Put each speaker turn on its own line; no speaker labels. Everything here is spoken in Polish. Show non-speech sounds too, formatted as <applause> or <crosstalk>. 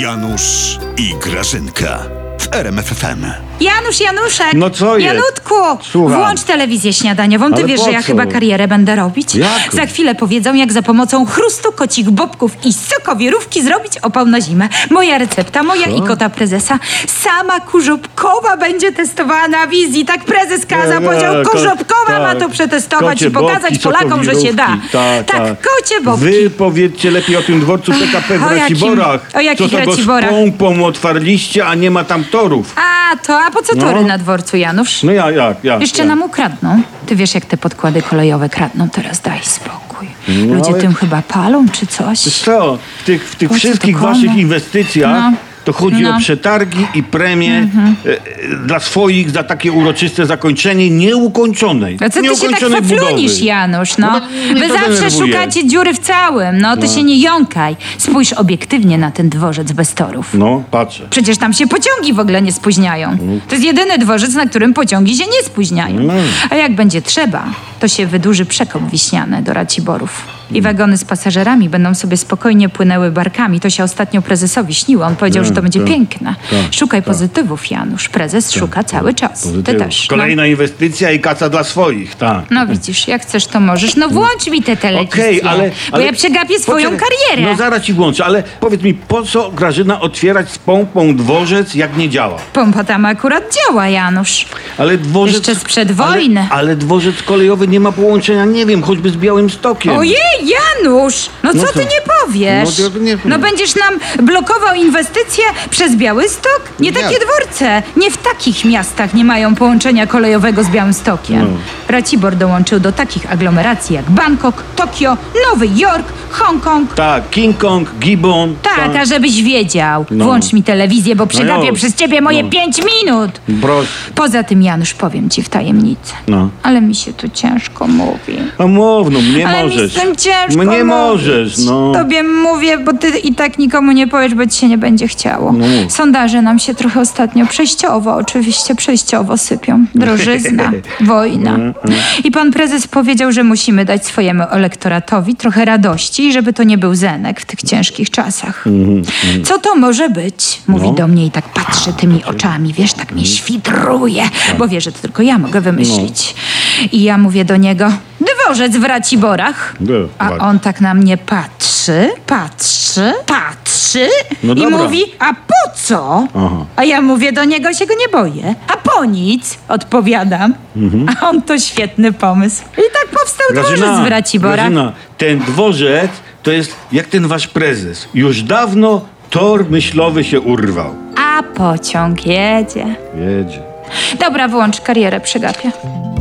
Janusz i Grażynka w RMFFM.
Janusz, Januszek!
No co jest?
Janutku!
Słucham.
Włącz telewizję śniadaniową. Ty
Ale
wiesz,
po
że ja
co?
chyba karierę będę robić.
Jak?
Za chwilę powiedzą, jak za pomocą chrustu, kocich bobków i sokowierówki zrobić opał na zimę. Moja recepta, moja i kota prezesa. Sama Kurzupkowa będzie testowała na wizji. Tak prezes kazał,
Nie, nie,
powiedział,
ko-
Kurzupkowa ma
tak.
to przetestować
Kocie
i pokazać
bobki,
Polakom, że się da.
sokowirówki. Tak, tak.
kocie bobki.
Wy powiedzcie lepiej o tym dworcu PKP w
O jakim-
Raciborach.
o jakich
Co to go z
Raciborach?
pompą otwarliście, a nie ma tam torów.
A, to, a po co
No.
tory na dworcu, Janusz?
No ja, jak, jak.
Jeszcze
jak.
nam ukradną. Ty wiesz, jak te podkłady kolejowe kradną. Teraz daj spokój.
No,
Ludzie
ale-
tym chyba palą czy
Wiesz
coś.
Co? W tych, w tych
Po co
wszystkich
to komu?
waszych inwestycjach
No.
to chodzi
No. Mhm.
o przetargi i premie e, e, dla swoich za takie uroczyste zakończenie nieukończonej.
A co ty się tak
nieukończonej
faflunisz,
budowy.
Janusz, no?
No bo mnie
Wy
to
zawsze
denerwuje.
szukacie dziury w całym, no. Ty się nie jąkaj. Spójrz obiektywnie na ten dworzec bez torów.
No, patrzę.
Przecież tam się pociągi w ogóle nie spóźniają. To jest jedyny dworzec, na którym pociągi się nie spóźniają.
No.
A jak będzie trzeba, to się wydłuży przekop wiśniany do Raciborów. I wagony z pasażerami będą sobie spokojnie płynęły barkami. To się ostatnio prezesowi śniło. On powiedział, że to będzie
tak,
piękne.
tak,
Szukaj pozytywów, Janusz. Prezes szuka cały czas. Ty też. No.
Kolejna inwestycja i kasa dla swoich, tak.
No widzisz, jak chcesz, to możesz. No włącz mi te telewizję,
Okej, ale,
bo
ale-
ja przegapię swoją
Poczekaj,
karierę.
No zaraz ci włączę, ale powiedz mi, po co Grażyna otwierać z pompą dworzec, jak nie działa?
Pompa tam akurat działa, Janusz.
Ale dworzec...
Jeszcze sprzed wojny.
Ale, ale dworzec kolejowy nie ma połączenia, nie wiem, choćby z Białym Stokiem.
Ojej, Janusz! No co,
No co?
ty nie powiesz?
No to nie powiem.
no będziesz nam blokował inwestycje przez Białystok? Nie
No Jak?
takie dworce. Nie w takich miastach nie mają połączenia kolejowego z Białymstokiem.
No.
Racibor dołączył do takich aglomeracji jak Bangkok, Tokio, Nowy Jork, Hongkong.
Tak, King Kong, Gibbon.
Tak, a żebyś wiedział.
No.
Włącz mi telewizję, bo przegapię
już.
przez ciebie moje
No.
pięć minut.
Bros.
Poza tym, Janusz, powiem ci w tajemnicy.
No.
Ale mi się tu ciężko mówi.
A mów, no mnie
Ale mi
możesz.
z tym ciężko no. mówić.
Mnie możesz, no.
Tobie mówię, bo ty i tak nikomu nie powiesz, bo ci się nie będzie chciało.
No mów.
Sondaże nam się trochę ostatnio przejściowo, oczywiście przejściowo sypią.
<laughs>
Drożyzna,
Mm,
wojna. I pan prezes powiedział, że musimy dać swojemu elektoratowi trochę radości, i żeby to nie był zenek w tych ciężkich czasach.
Mm,
Co to może być? Mówi
No.
do mnie i tak patrzy tymi oczami, wiesz, tak
Mm.
mnie świdruje,
Tak.
bo wie, że to tylko ja mogę wymyślić.
No.
I ja mówię do niego, dworzec w Raciborach.
Nie,
A
tak.
on tak na mnie patrzy, patrzy, patrzy
No
i
dobra.
mówi, a po co?
Aha.
A ja mówię do niego, się go nie boję. A po nic, odpowiadam.
Mhm.
A on to świetny pomysł. I tak powstał dworzec w Raciborach.
Grażyna, ten dworzec to jest jak ten wasz prezes. Już dawno tor myślowy się urwał.
A pociąg jedzie.
Jedzie.
Dobra, wyłącz karierę, przegapię.